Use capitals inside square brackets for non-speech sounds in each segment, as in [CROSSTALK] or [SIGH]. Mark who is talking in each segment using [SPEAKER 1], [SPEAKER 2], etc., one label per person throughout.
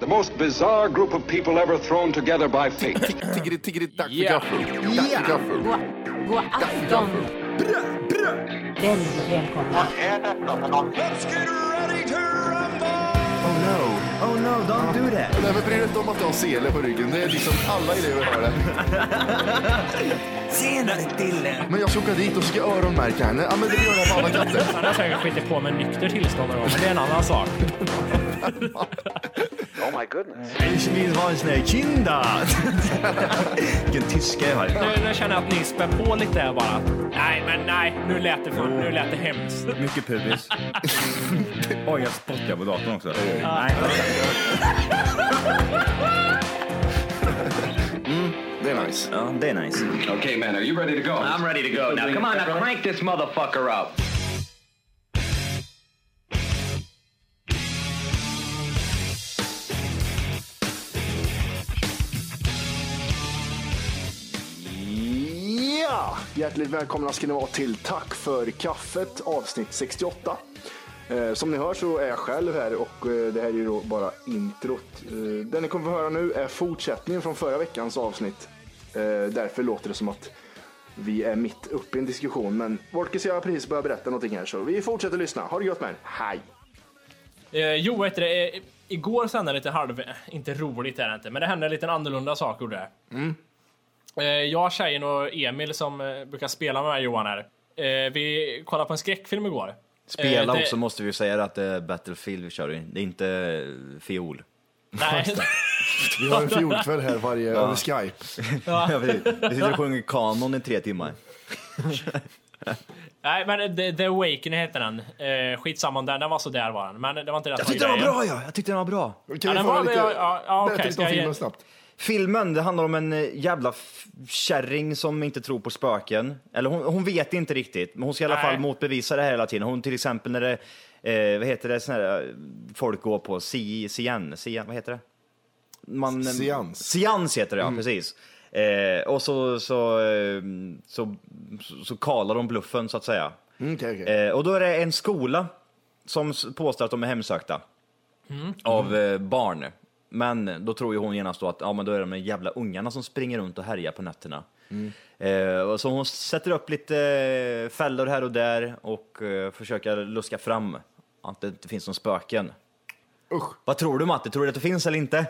[SPEAKER 1] The most bizarre group of people ever thrown together by fate.
[SPEAKER 2] Tiggeri, tiggeri, dack för
[SPEAKER 3] Yeah.
[SPEAKER 2] gaffel. Dack för gaffel.
[SPEAKER 4] God, god afton. Väldigt välkomna.
[SPEAKER 5] Oh no, oh no, don't do that.
[SPEAKER 2] Nej, men bry dig inte om att du har sele på ryggen. Det är liksom alla elever har det.
[SPEAKER 5] [LAUGHS] Senare Dille!
[SPEAKER 2] Men jag ska åka dit och ska öronmärka henne. Ja, men det gör jag på alla katter.
[SPEAKER 3] Han har säkert skitit på med nykter tillstånd och men det är en annan sak.
[SPEAKER 5] Ich will ha en sån här kinda. Vilken tyska jag har.
[SPEAKER 3] Nu, nu känner jag att ni spär på lite här bara. Nej, men nej, nu lät det, fan, nu lät det hemskt.
[SPEAKER 6] Mycket pubis. Oj,
[SPEAKER 3] Eh,
[SPEAKER 6] jag spottar på datorn också.
[SPEAKER 2] Det är nice.
[SPEAKER 6] Ja, det är nice.
[SPEAKER 1] okay, man, are you ready to go?
[SPEAKER 7] I'm ready to go. Now, come on, now crank this motherfucker up.
[SPEAKER 8] Ja! Hjärtligt välkomna ska ni vara till Tack för kaffet avsnitt 68. Eh, som ni hör så är jag själv här och eh, det här är ju då bara introt. Eh, det ni kommer få höra nu är fortsättningen från förra veckans avsnitt. Eh, därför låter det som att vi är mitt uppe i en diskussion. Men Wolkis jag har precis börjat berätta någonting här så vi fortsätter lyssna. Ha det gött med er. Hej!
[SPEAKER 3] Eh, jo, vet du det? eh, Igår sände jag lite halv... eh, Inte roligt är det inte, men det hände en liten annorlunda sak gjorde det.
[SPEAKER 5] Mm.
[SPEAKER 3] Eh, jag, tjejen och Emil som eh, brukar spela med mig Johan här. Eh, vi kollade på en skräckfilm igår.
[SPEAKER 6] Spela
[SPEAKER 3] Eh, det-
[SPEAKER 6] också måste vi säga att det är Battlefield vi kör i. Det är inte eh, fiol.
[SPEAKER 3] [LAUGHS] Nej,
[SPEAKER 2] Vi har en fjolkväll här varje, över Skype.
[SPEAKER 6] [LAUGHS] Ja, precis. vi sitter och sjunger kanon i tre timmar.
[SPEAKER 3] nej, men eh, The, The Awakening heter den. Eh, skitsamma om den, den var sådär var den. Men det var inte det
[SPEAKER 6] Jag
[SPEAKER 3] som
[SPEAKER 6] tyckte den var
[SPEAKER 3] grejen.
[SPEAKER 6] bra ja! Jag tyckte den var bra.
[SPEAKER 3] Ja,
[SPEAKER 2] Kan vi
[SPEAKER 3] den
[SPEAKER 2] få höra
[SPEAKER 3] var-
[SPEAKER 2] lite?
[SPEAKER 3] ja, ja, ja,
[SPEAKER 2] Berätta
[SPEAKER 3] okej,
[SPEAKER 2] lite
[SPEAKER 3] ska
[SPEAKER 2] om
[SPEAKER 3] jag ge-
[SPEAKER 2] filmen snabbt.
[SPEAKER 6] Filmen, det handlar om en eh, jävla f- kärring som inte tror på spöken. Eller hon, hon vet inte riktigt, men hon ska i alla
[SPEAKER 3] Nej.
[SPEAKER 6] fall motbevisa det här hela tiden. Hon till exempel när det, eh, vad heter det, sån här, eh, folk går på, si, sian, sian, vad heter det? Man, eh,
[SPEAKER 2] Seans. Mm.
[SPEAKER 6] Seans heter det, ja, precis. Eh, och så, så, eh, så, så, så kalar de bluffen så att säga.
[SPEAKER 2] Mm, okej, okej.
[SPEAKER 6] Eh, och då är det en skola som s- påstår att de är hemsökta av
[SPEAKER 2] Mm.
[SPEAKER 6] eh, barn. Men då tror ju hon genast då att ja, men då är det de här jävla ungarna som springer runt och härjar på nätterna.
[SPEAKER 2] Mm.
[SPEAKER 6] Eh, och så hon sätter upp lite eh, fällor här och där och eh, försöker luska fram att det inte finns någon spöken.
[SPEAKER 2] Usch.
[SPEAKER 6] Vad tror du Matte, tror du att det finns eller inte?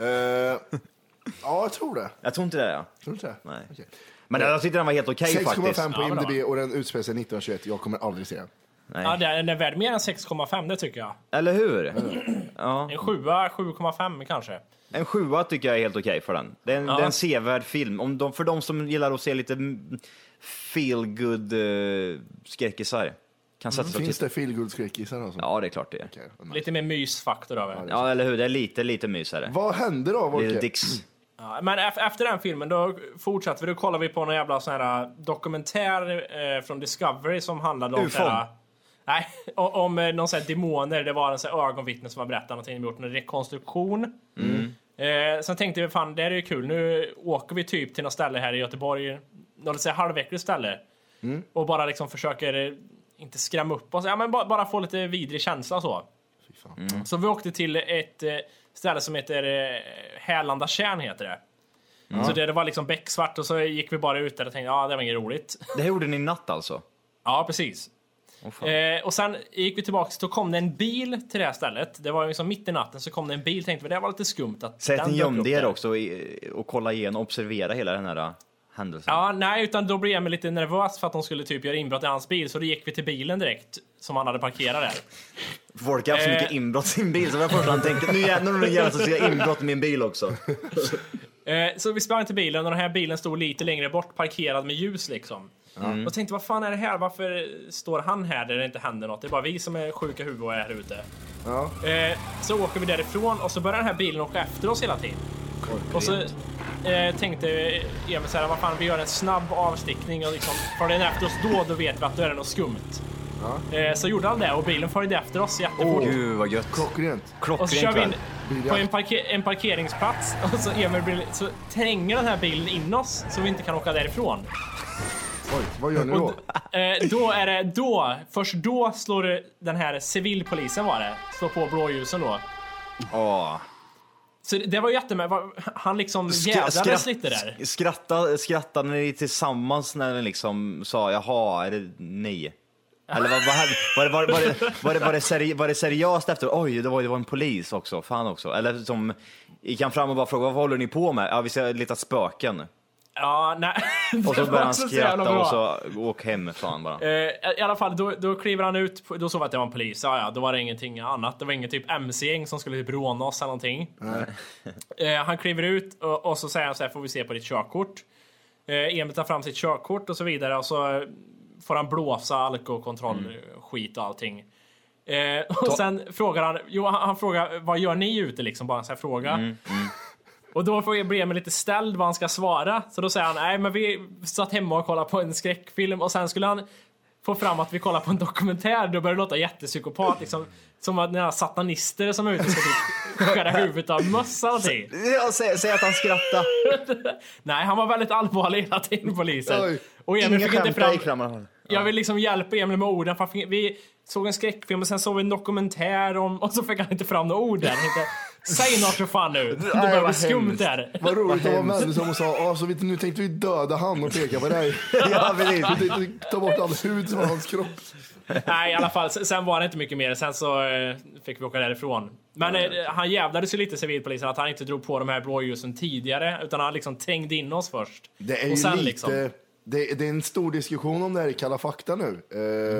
[SPEAKER 2] Eh, ja, jag tror det.
[SPEAKER 6] Jag tror inte det. Ja.
[SPEAKER 2] Tror du inte det?
[SPEAKER 6] Nej.
[SPEAKER 2] Okej.
[SPEAKER 6] Men jag tyckte den var helt okej faktiskt.
[SPEAKER 2] 6,5 på
[SPEAKER 3] Ja, men det
[SPEAKER 2] IMDB och den utspelar sig 1921. Jag kommer aldrig se den.
[SPEAKER 3] Ja, den är värd mer än 6,5 det tycker jag.
[SPEAKER 6] Eller hur?
[SPEAKER 3] En sjua, 7,5 kanske.
[SPEAKER 6] En sjua tycker jag är helt okej för den. Det är en,
[SPEAKER 3] Ja.
[SPEAKER 6] det är en sevärd film. Om de, för de som gillar att se lite mm, feel good eh, skräckisar kan sätta sig och
[SPEAKER 2] Mm, Finns
[SPEAKER 6] titta.
[SPEAKER 2] det feelgood-skräckisar? alltså?
[SPEAKER 6] Ja, det är klart det är.
[SPEAKER 2] Okej, nice.
[SPEAKER 3] Lite mer mysfaktor över.
[SPEAKER 6] Ja, eller hur? Det är lite, lite mysare.
[SPEAKER 2] Vad hände då,
[SPEAKER 6] Little
[SPEAKER 2] Volke?
[SPEAKER 6] Dicks.
[SPEAKER 3] Ja, men ef- efter den filmen då fortsatte vi. Då kollade vi på någon jävla sån här äh, dokumentär eh, från Discovery som handlade om...
[SPEAKER 6] Ufon.
[SPEAKER 3] så här- Nej, [LAUGHS] o- om eh, någon sån här demoner. Det var en sån här ögonvittne som har berättat någonting. De gjort en rekonstruktion. Eh, sen tänkte vi fan det här är ju kul. Nu åker vi typ till något ställe här i Göteborg. Något så här halväckligt ställe. Och bara liksom försöker, eh, inte skrämma upp oss. Ja men bara, bara få lite vidrig känsla så.
[SPEAKER 6] Mm.
[SPEAKER 3] Så vi åkte till ett eh, ställe som heter eh, Härlanda kärn heter det.
[SPEAKER 6] Mm.
[SPEAKER 3] Så det, det var liksom becksvart och så gick vi bara ut där och tänkte ja det var inget roligt. [LAUGHS]
[SPEAKER 6] Det här gjorde ni i natt alltså?
[SPEAKER 3] ja precis.
[SPEAKER 6] Åh, fan.
[SPEAKER 3] Eh, och sen gick vi tillbaks, då kom det en bil till det här stället. Det var ju liksom mitt i natten så kom det en bil, tänkte vi det här var lite skumt att
[SPEAKER 6] Säg att
[SPEAKER 3] den
[SPEAKER 6] ni
[SPEAKER 3] dök upp
[SPEAKER 6] gömde er
[SPEAKER 3] där."
[SPEAKER 6] också i- och kolla igen, observera hela den här eh, händelsen.
[SPEAKER 3] Ja, nej, utan då blev Emil lite nervös för att de skulle typ göra inbrott i hans bil, så då gick vi till bilen direkt som han hade parkerat där.
[SPEAKER 6] Folk har haft så
[SPEAKER 3] Eh.
[SPEAKER 6] mycket inbrott i sin bil så det var första han tänkte, nu jävlar nu är det någon jävel som ska göra inbrott i min bil också.
[SPEAKER 3] Eh, så vi sprang till bilen och den här bilen stod lite längre bort, parkerad med ljus liksom. Och tänkte vad fan är det här? Varför står han här där det inte händer något? Det är bara vi som är sjuka huvud och är här ute. Eh, så åker vi därifrån och så börjar den här bilen åka efter oss hela tiden. Och så eh, tänkte Emil så här, vad fan vi gör en snabb avstickning och liksom följer den efter oss då, då vet vi att det är något skumt. Eh, så gjorde han det och bilen följde efter oss jättefort.
[SPEAKER 6] Gud vad gött.
[SPEAKER 2] Klockrent.
[SPEAKER 3] Och så kör
[SPEAKER 6] Klockren
[SPEAKER 3] vi in
[SPEAKER 6] kväll.
[SPEAKER 3] på en, parke- en parkeringsplats [LAUGHS] och så, Emil blir, så tränger den här bilen in oss så vi inte kan åka därifrån.
[SPEAKER 2] Oj, vad gör ni då?
[SPEAKER 3] Eh, då är det då, först då slår den här civilpolisen var det, slår på blåljusen då.
[SPEAKER 6] Åh.
[SPEAKER 3] Så det- det var jättemärkligt. Han liksom jädrades lite där.
[SPEAKER 6] sk- Skratta, skrattade ni tillsammans när ni liksom sa jaha, är det nej? Eller vad, vad, hade- var, det- var, det- var, det- var, det, var, det seri, var det seriöst efter? Oj, det var, det var en polis också. Fan också. Eller som gick han fram och bara frågade vad håller ni på med? Ja, vi ser lite spöken.
[SPEAKER 3] Ja, nej. [LAUGHS]
[SPEAKER 6] Och
[SPEAKER 3] Det
[SPEAKER 6] så
[SPEAKER 3] var
[SPEAKER 6] började han
[SPEAKER 3] också så jävla
[SPEAKER 6] skratta
[SPEAKER 3] bra.
[SPEAKER 6] och så åk hem fan bara.
[SPEAKER 3] Eh, I alla fall, då, då kliver han ut, på- då såg vi att det var en polis, ja, ja, då var det ingenting annat. Det var ingen typ mc-gäng som skulle typ råna oss eller någonting. Eh, han kliver ut och, och så säger han så här, får vi se på ditt körkort. Eh, Emil tar fram sitt körkort och så vidare och så eh, får han blåsa alkoholkontroll, eh, skit och allting. Eh, och sen frågar han, jo, han, han frågar vad gör ni ute liksom, bara en sån här fråga. Och då får jag bli med lite ställd vad han ska svara. Så då säger han, nej men vi satt hemma och kollade på en skräckfilm och sen skulle han få fram att vi kollar på en dokumentär, då börjar det låta jättepsykopat liksom. Som att några satanister som är ute ska typ skära huvudet av mössa och allting.
[SPEAKER 6] Ja, säg, säg att han skrattade.
[SPEAKER 3] Nej, han var väldigt allvarlig hela tiden polisen.
[SPEAKER 2] Oj.
[SPEAKER 3] Och Emil
[SPEAKER 6] Inga
[SPEAKER 3] fick inte
[SPEAKER 6] skämt, jag gick
[SPEAKER 3] fram...
[SPEAKER 6] fram i alla fall.
[SPEAKER 3] Jag vill liksom hjälpa Emil med orden. För han fick- vi såg en skräckfilm och sen såg vi en dokumentär om... Och så fick han inte fram några ord där. Han Inte, Säg något för fan nu! Det börjar bli
[SPEAKER 6] vad
[SPEAKER 3] skumt
[SPEAKER 6] hemskt.
[SPEAKER 3] där.
[SPEAKER 2] Vad roligt att vara med som och sa "Ah, så vet du, nu tänkte vi döda han och peka på dig.
[SPEAKER 6] Ja, precis.
[SPEAKER 2] Vi tänkte ta bort all hud från hans kropp.
[SPEAKER 3] Nej, i alla fall. Sen sen var det inte mycket mer. Sen så eh, fick vi åka därifrån. Men eh, han jävlades ju lite civilpolisen att han inte drog på de här blåljusen tidigare. Utan han liksom trängde in oss först.
[SPEAKER 2] Det är ju
[SPEAKER 3] och sen
[SPEAKER 2] lite,
[SPEAKER 3] liksom...
[SPEAKER 2] det, det är en stor diskussion om det här i Kalla fakta nu.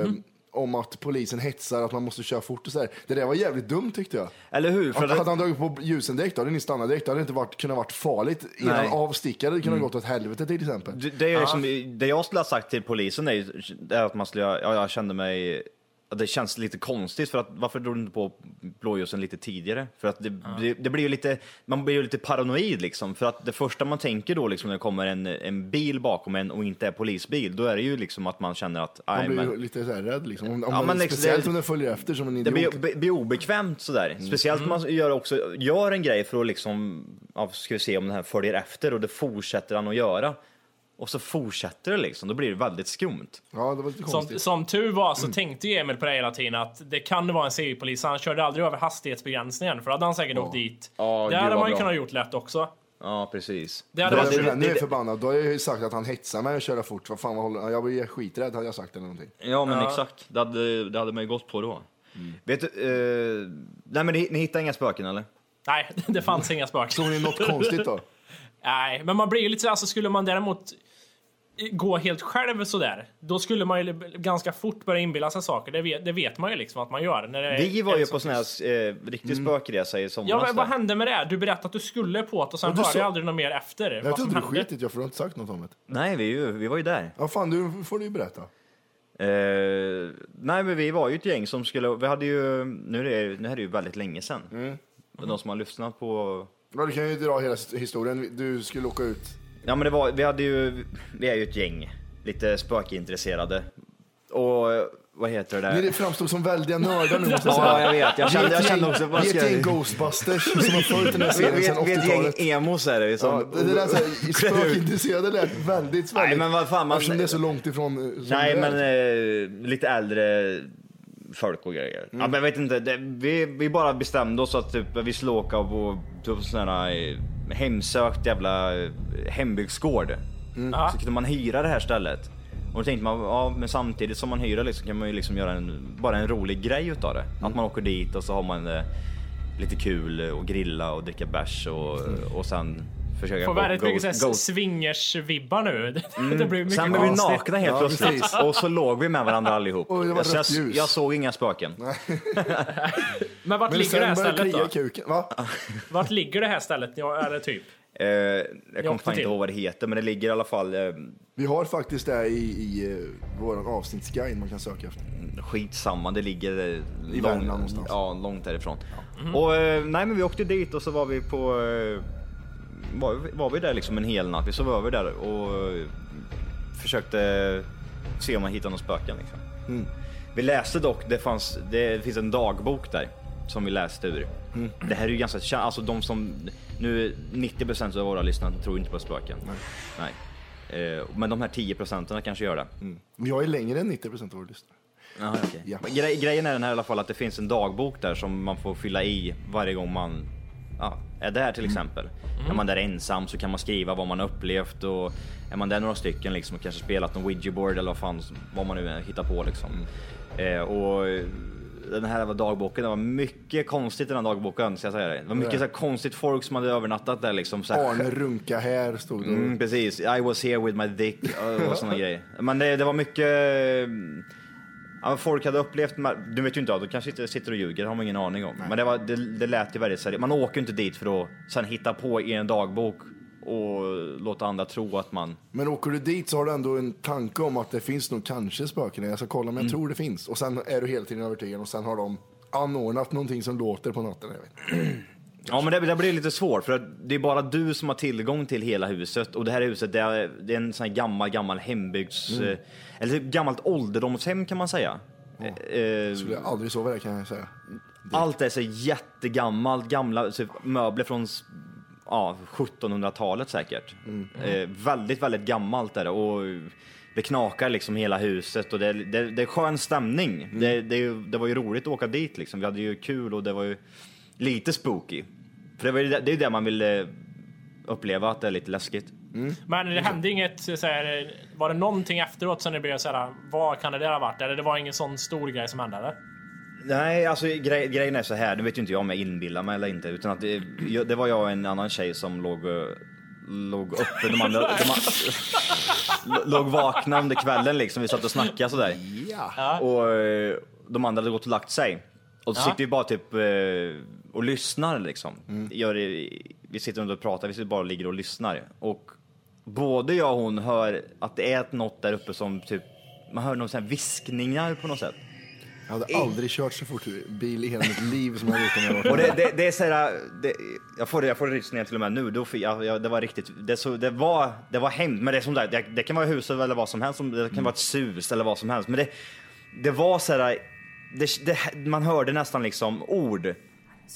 [SPEAKER 2] Eh, Om att polisen hetsar att man måste köra fort och sådär. Det där var jävligt dumt tyckte jag.
[SPEAKER 6] Eller hur? För
[SPEAKER 2] Att,
[SPEAKER 6] det-
[SPEAKER 2] hade han dragit på ljusen direkt, då hade ni stannat direkt. Det hade inte varit, kunnat varit farligt.
[SPEAKER 6] Nej.
[SPEAKER 2] Eran avstickare hade kunnat gått åt helvete till exempel.
[SPEAKER 6] Det, det, är liksom, det jag skulle ha sagt till polisen är, ju- är att man skulle, ha- ja, jag kände mig, att det känns lite konstigt för att varför drog du inte på blåljusen lite tidigare? För att det, det, det blir ju lite, man blir ju lite paranoid liksom. För att det första man tänker då liksom när det kommer en, en bil bakom en och inte är polisbil, då är det ju liksom att man känner att,
[SPEAKER 2] Man
[SPEAKER 6] nej
[SPEAKER 2] blir ju
[SPEAKER 6] men.
[SPEAKER 2] lite så här rädd liksom. Om, om
[SPEAKER 6] Ja,
[SPEAKER 2] man,
[SPEAKER 6] men liksom,
[SPEAKER 2] speciellt
[SPEAKER 6] det-
[SPEAKER 2] om den följer efter som en
[SPEAKER 6] Det
[SPEAKER 2] idiot.
[SPEAKER 6] blir, be- blir obekvämt sådär.
[SPEAKER 2] Mm.
[SPEAKER 6] Speciellt om man gör, också, gör en grej för att liksom, ja, ska vi se om den här följer efter och det fortsätter han att göra. Och så fortsätter det liksom, då blir det väldigt skumt.
[SPEAKER 2] Ja, det var lite
[SPEAKER 3] Som,
[SPEAKER 2] konstigt.
[SPEAKER 3] som tur var så tänkte ju Emil på det hela tiden att det kan vara en civilpolis. Han körde aldrig över hastighetsbegränsningen för då hade han säkert åkt dit.
[SPEAKER 6] Ja,
[SPEAKER 3] det
[SPEAKER 6] gud,
[SPEAKER 3] hade
[SPEAKER 6] vad
[SPEAKER 3] man ju
[SPEAKER 6] bra.
[SPEAKER 3] kunnat gjort lätt också.
[SPEAKER 6] Ja, precis.
[SPEAKER 3] Det hade
[SPEAKER 2] Det var
[SPEAKER 3] varit
[SPEAKER 2] det, nu är jag
[SPEAKER 6] det-
[SPEAKER 2] förbannad. Då har jag ju sagt att han hetsar mig att köra fort. Vad fan, vad håller... Jag blir skiträdd hade jag sagt eller någonting.
[SPEAKER 6] Ja, men exakt. Det hade, det hade man ju gått på då. Vet du, eh, nej men ni, ni hittar inga spöken eller?
[SPEAKER 3] Nej, [LAUGHS] det fanns inga spöken.
[SPEAKER 2] Tror ni något konstigt då?
[SPEAKER 3] Nej, men man blir ju lite så alltså skulle man däremot gå helt själv sådär, då skulle man ju ganska fort börja inbilla sig saker. Det vet, det vet man ju liksom att man gör. När det
[SPEAKER 6] Vi var
[SPEAKER 3] är
[SPEAKER 6] ju
[SPEAKER 3] så- Mm.
[SPEAKER 6] på sån här eh, riktig spökresa i somras.
[SPEAKER 3] Ja, men vad
[SPEAKER 6] där.
[SPEAKER 3] hände med det? Du berättade att du skulle på det och sen
[SPEAKER 2] Och du
[SPEAKER 3] hörde
[SPEAKER 2] sa-
[SPEAKER 3] jag aldrig något mer efter.
[SPEAKER 2] Jag trodde du
[SPEAKER 3] hände?
[SPEAKER 2] skitit jag för du har inte sagt något om det.
[SPEAKER 6] nej, vi, är ju- vi var ju där.
[SPEAKER 2] Ja fan, du får du ju berätta.
[SPEAKER 6] Eh, nej, men vi var ju ett gäng som skulle, vi hade ju, nu är det, nu är det ju väldigt länge sedan.
[SPEAKER 3] Mm.
[SPEAKER 6] Men De som har lyssnat på
[SPEAKER 2] Ja, du kan ju dra hela historien. Du skulle åka ut.
[SPEAKER 6] Ja men det var, vi hade ju, vi är ju ett gäng, lite spökintresserade. Och eh, vad heter det?
[SPEAKER 2] Ni framstod som väldiga nördar nu måste jag säga.
[SPEAKER 6] Ja jag vet, jag kände, jag kände också, vad
[SPEAKER 2] Vi är
[SPEAKER 6] ska
[SPEAKER 2] ett gäng
[SPEAKER 6] jag-
[SPEAKER 2] Ghostbusters som har följt den här
[SPEAKER 6] Vi,
[SPEAKER 2] serien
[SPEAKER 6] vi,
[SPEAKER 2] sedan
[SPEAKER 6] vi är ett
[SPEAKER 2] 80-talet.
[SPEAKER 6] gäng emos är det vi som...
[SPEAKER 2] Ja, det det där så
[SPEAKER 6] [LAUGHS]
[SPEAKER 2] här, spökintresserade lät väldigt svälligt.
[SPEAKER 6] Nej men vad fan man...
[SPEAKER 2] Eftersom det är så långt ifrån eh, som
[SPEAKER 6] Nej
[SPEAKER 2] det är.
[SPEAKER 6] men eh, lite äldre folk och grejer.
[SPEAKER 2] Mm.
[SPEAKER 6] Ja, men jag vet inte, det, vi, vi bara bestämde oss att typ, vi skulle åka på, på sån här eh, hemsökt jävla eh, hembygdsgård.
[SPEAKER 2] Mm.
[SPEAKER 3] Ja.
[SPEAKER 6] Så kunde man hyra det här stället. Och då tänkte man, ja men samtidigt som man hyr det liksom, kan man ju liksom göra en, bara en rolig grej utav det.
[SPEAKER 2] Mm.
[SPEAKER 6] Att man åker dit och så har man eh, lite kul och grilla och dricka bärs
[SPEAKER 2] Mm.
[SPEAKER 6] och, och sen försöka
[SPEAKER 3] Får
[SPEAKER 6] gå-
[SPEAKER 3] väldigt
[SPEAKER 6] gå-
[SPEAKER 3] mycket såhär
[SPEAKER 6] gå-
[SPEAKER 3] swingers-vibbar nu. [LAUGHS] Det, det blir mycket
[SPEAKER 6] Sen blev vi
[SPEAKER 3] konstigt.
[SPEAKER 6] nakna helt
[SPEAKER 2] Ja,
[SPEAKER 6] plötsligt
[SPEAKER 2] precis.
[SPEAKER 6] och så låg vi med varandra allihop.
[SPEAKER 2] Och det var
[SPEAKER 6] så jag,
[SPEAKER 2] rött ljus.
[SPEAKER 6] jag såg inga spöken.
[SPEAKER 3] Men vart
[SPEAKER 2] Men
[SPEAKER 3] ligger det här
[SPEAKER 2] sen började
[SPEAKER 3] stället
[SPEAKER 2] klia
[SPEAKER 3] då?
[SPEAKER 2] kuken. Va?
[SPEAKER 3] Vart ligger det här stället? Ja, är det typ?
[SPEAKER 6] Eh, jag
[SPEAKER 3] åkte
[SPEAKER 6] kommer fan inte
[SPEAKER 3] till.
[SPEAKER 6] ihåg vad det heter men det ligger i alla fall, eh,
[SPEAKER 2] Vi har faktiskt det här i, i eh, vår avsnittsguide man kan söka efter.
[SPEAKER 6] skitsamma, det ligger eh, lång,
[SPEAKER 2] Värmland någonstans.
[SPEAKER 6] Ja, långt därifrån. Och, eh, nej men vi åkte dit och så var vi på, eh, var, vi- var vi där liksom en hel natt. Vi sov över där och eh, försökte se om man hittade några spöken. Liksom. Vi läste dock, det, fanns, det finns en dagbok där som vi läste ur. Det här är ju ganska känt, alltså de som, nu 90% av våra lyssnare tror inte på spöken. Nej. Eh, Men de här 10 procenten kanske gör det.
[SPEAKER 2] Men jag är längre än 90 procent av våra lyssnare.
[SPEAKER 6] Jaha, okej.
[SPEAKER 2] Ja.
[SPEAKER 6] Men Gre- grejen är den här i alla fall att det finns en dagbok där som man får fylla i varje gång man ja, är där till exempel. Är man där ensam så kan man skriva vad man har upplevt och är man där några stycken liksom och kanske spelat någon Ouija board eller vad fan vad man nu än hittar på liksom. Eh, och eh, den här dagboken, det var mycket konstigt i den här dagboken ska jag säga dig. Det var mycket så här konstigt folk som hade övernattat där liksom. Så här,
[SPEAKER 2] Arne runka här stod det.
[SPEAKER 6] Mm, precis. I was here with my dick och sådana grejer. Men det, det var mycket... eh, Ja, folk hade upplevt... Du vet ju inte, ja, de kanske sitter, sitter och ljuger, det har man ingen aning om. Men det, var, det, det lät ju väldigt seriöst. Man åker ju inte dit för att sen hitta på i en dagbok och låta andra tro att man...
[SPEAKER 2] Men åker du dit så har du ändå en tanke om att det finns nog kanske spöken. Jag ska kolla men jag
[SPEAKER 6] Mm.
[SPEAKER 2] tror det finns. Och sen är du hela tiden övertygad och sen har de anordnat någonting som låter på natten. Jag vet.
[SPEAKER 6] Ja, men det, det blir lite svårt för att det är bara du som har tillgång till hela huset och det här huset det är, det är en sån här gammal, gammal hembygds... eh, Eller ett gammalt ålderdomshem kan man säga. Eh, eh,
[SPEAKER 2] Skulle jag aldrig sova där kan jag säga.
[SPEAKER 6] Allt är så jättegammalt, gamla så möbler från s- ja, 1700-talet säkert. Eh, väldigt, väldigt gammalt är det och det knakar liksom hela huset och det, det, det är skön stämning. Det, det, är ju- det var ju roligt att åka dit liksom. Vi hade ju kul och det var ju lite spooky. För det, var ju, det det är ju det man vill eh, uppleva, att det är lite läskigt.
[SPEAKER 3] Men det hände inget, så här, var det någonting efteråt som det blev så här, vad kan det där ha varit? Eller det var ingen sån stor grej som hände eller?
[SPEAKER 6] Nej, alltså grej, grejen är så här. Nu vet ju inte jag om jag inbillar mig eller inte. Utan att det, jag- det var jag och en annan tjej som låg, eh, låg uppe. De andra, de, an- låg vakna under kvällen liksom. Vi satt och snackade sådär. Ja. Och eh, de andra hade gått och lagt sig. Och så sitter vi bara typ eh, och lyssnar liksom. Gör, det- vi sitter inte och pratar, vi sitter bara och ligger och lyssnar. Och både jag och hon hör att det är något där uppe som typ, man hör någon sån här viskningar på något sätt.
[SPEAKER 2] Jag hade aldrig kört så fort bil i hela mitt liv som jag hade gjort om jag var
[SPEAKER 6] Och det, det, det är så här, det, jag får, jag får rysningar till och med nu. Då, fick jag, jag, det var riktigt, det, så, det var, det var hemskt. Men det, är som där, det, det kan vara huset eller vad som helst. som- Det kan vara ett sus eller vad som helst. Men det, det var så här, det, det, man hörde nästan liksom ord.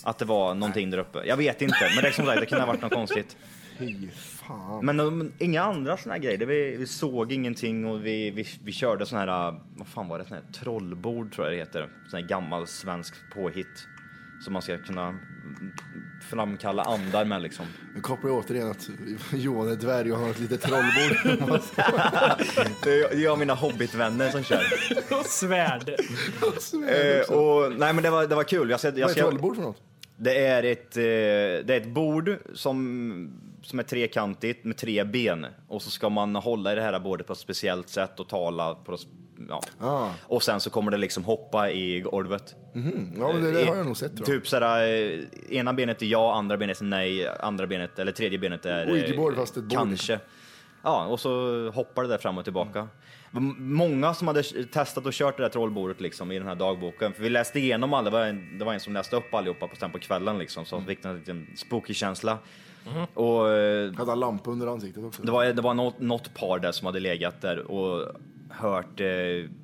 [SPEAKER 6] Att det var någonting där uppe. Jag vet inte, men det, är som sagt, det kan ha varit något konstigt.
[SPEAKER 2] Fy fan.
[SPEAKER 6] Men um, inga andra såna här grejer. Det, vi, vi såg ingenting och vi, vi, vi körde såna här, uh, vad fan var det, såna här trollbord tror jag det heter. Sån här gammal svensk påhitt. Som man ska kunna mm, framkalla andar med liksom.
[SPEAKER 2] Nu kopplar jag återigen att Johan är dvärg och han har ett litet trollbord.
[SPEAKER 6] Det är jag och mina hobbitvänner som [LAUGHS] kör.
[SPEAKER 3] Och [LAUGHS] svärd.
[SPEAKER 6] eh, och, nej men det var, det var kul. Jag ska, jag
[SPEAKER 2] Vad är
[SPEAKER 6] ska,
[SPEAKER 2] trollbord för något?
[SPEAKER 6] det, är ett, eh, det är ett bord som, som är trekantigt med tre ben. Och så ska man hålla i det här bordet på ett speciellt sätt och tala på ett, ja.
[SPEAKER 2] Ah.
[SPEAKER 6] Och sen så kommer det liksom hoppa i golvet.
[SPEAKER 2] Ja, men det, det har jag nog sett. tror jag.
[SPEAKER 6] Typ såhär, eh, ena benet är ja, andra benet är nej, andra benet, eller tredje benet är... eh,
[SPEAKER 2] Ouija-board, fast ett bord.
[SPEAKER 6] Kanske. Ja, och så hoppar det där fram och tillbaka. M- Många som hade testat och kört det där trollbordet liksom i den här dagboken. För vi läste igenom alla, det var en, det var en som läste upp allihopa på, sen på kvällen liksom. Så fick den en liten spooky känsla. Och eh,
[SPEAKER 2] Hade han lampa under ansiktet också?
[SPEAKER 6] det var, det var något, något par där som hade legat där och hört eh,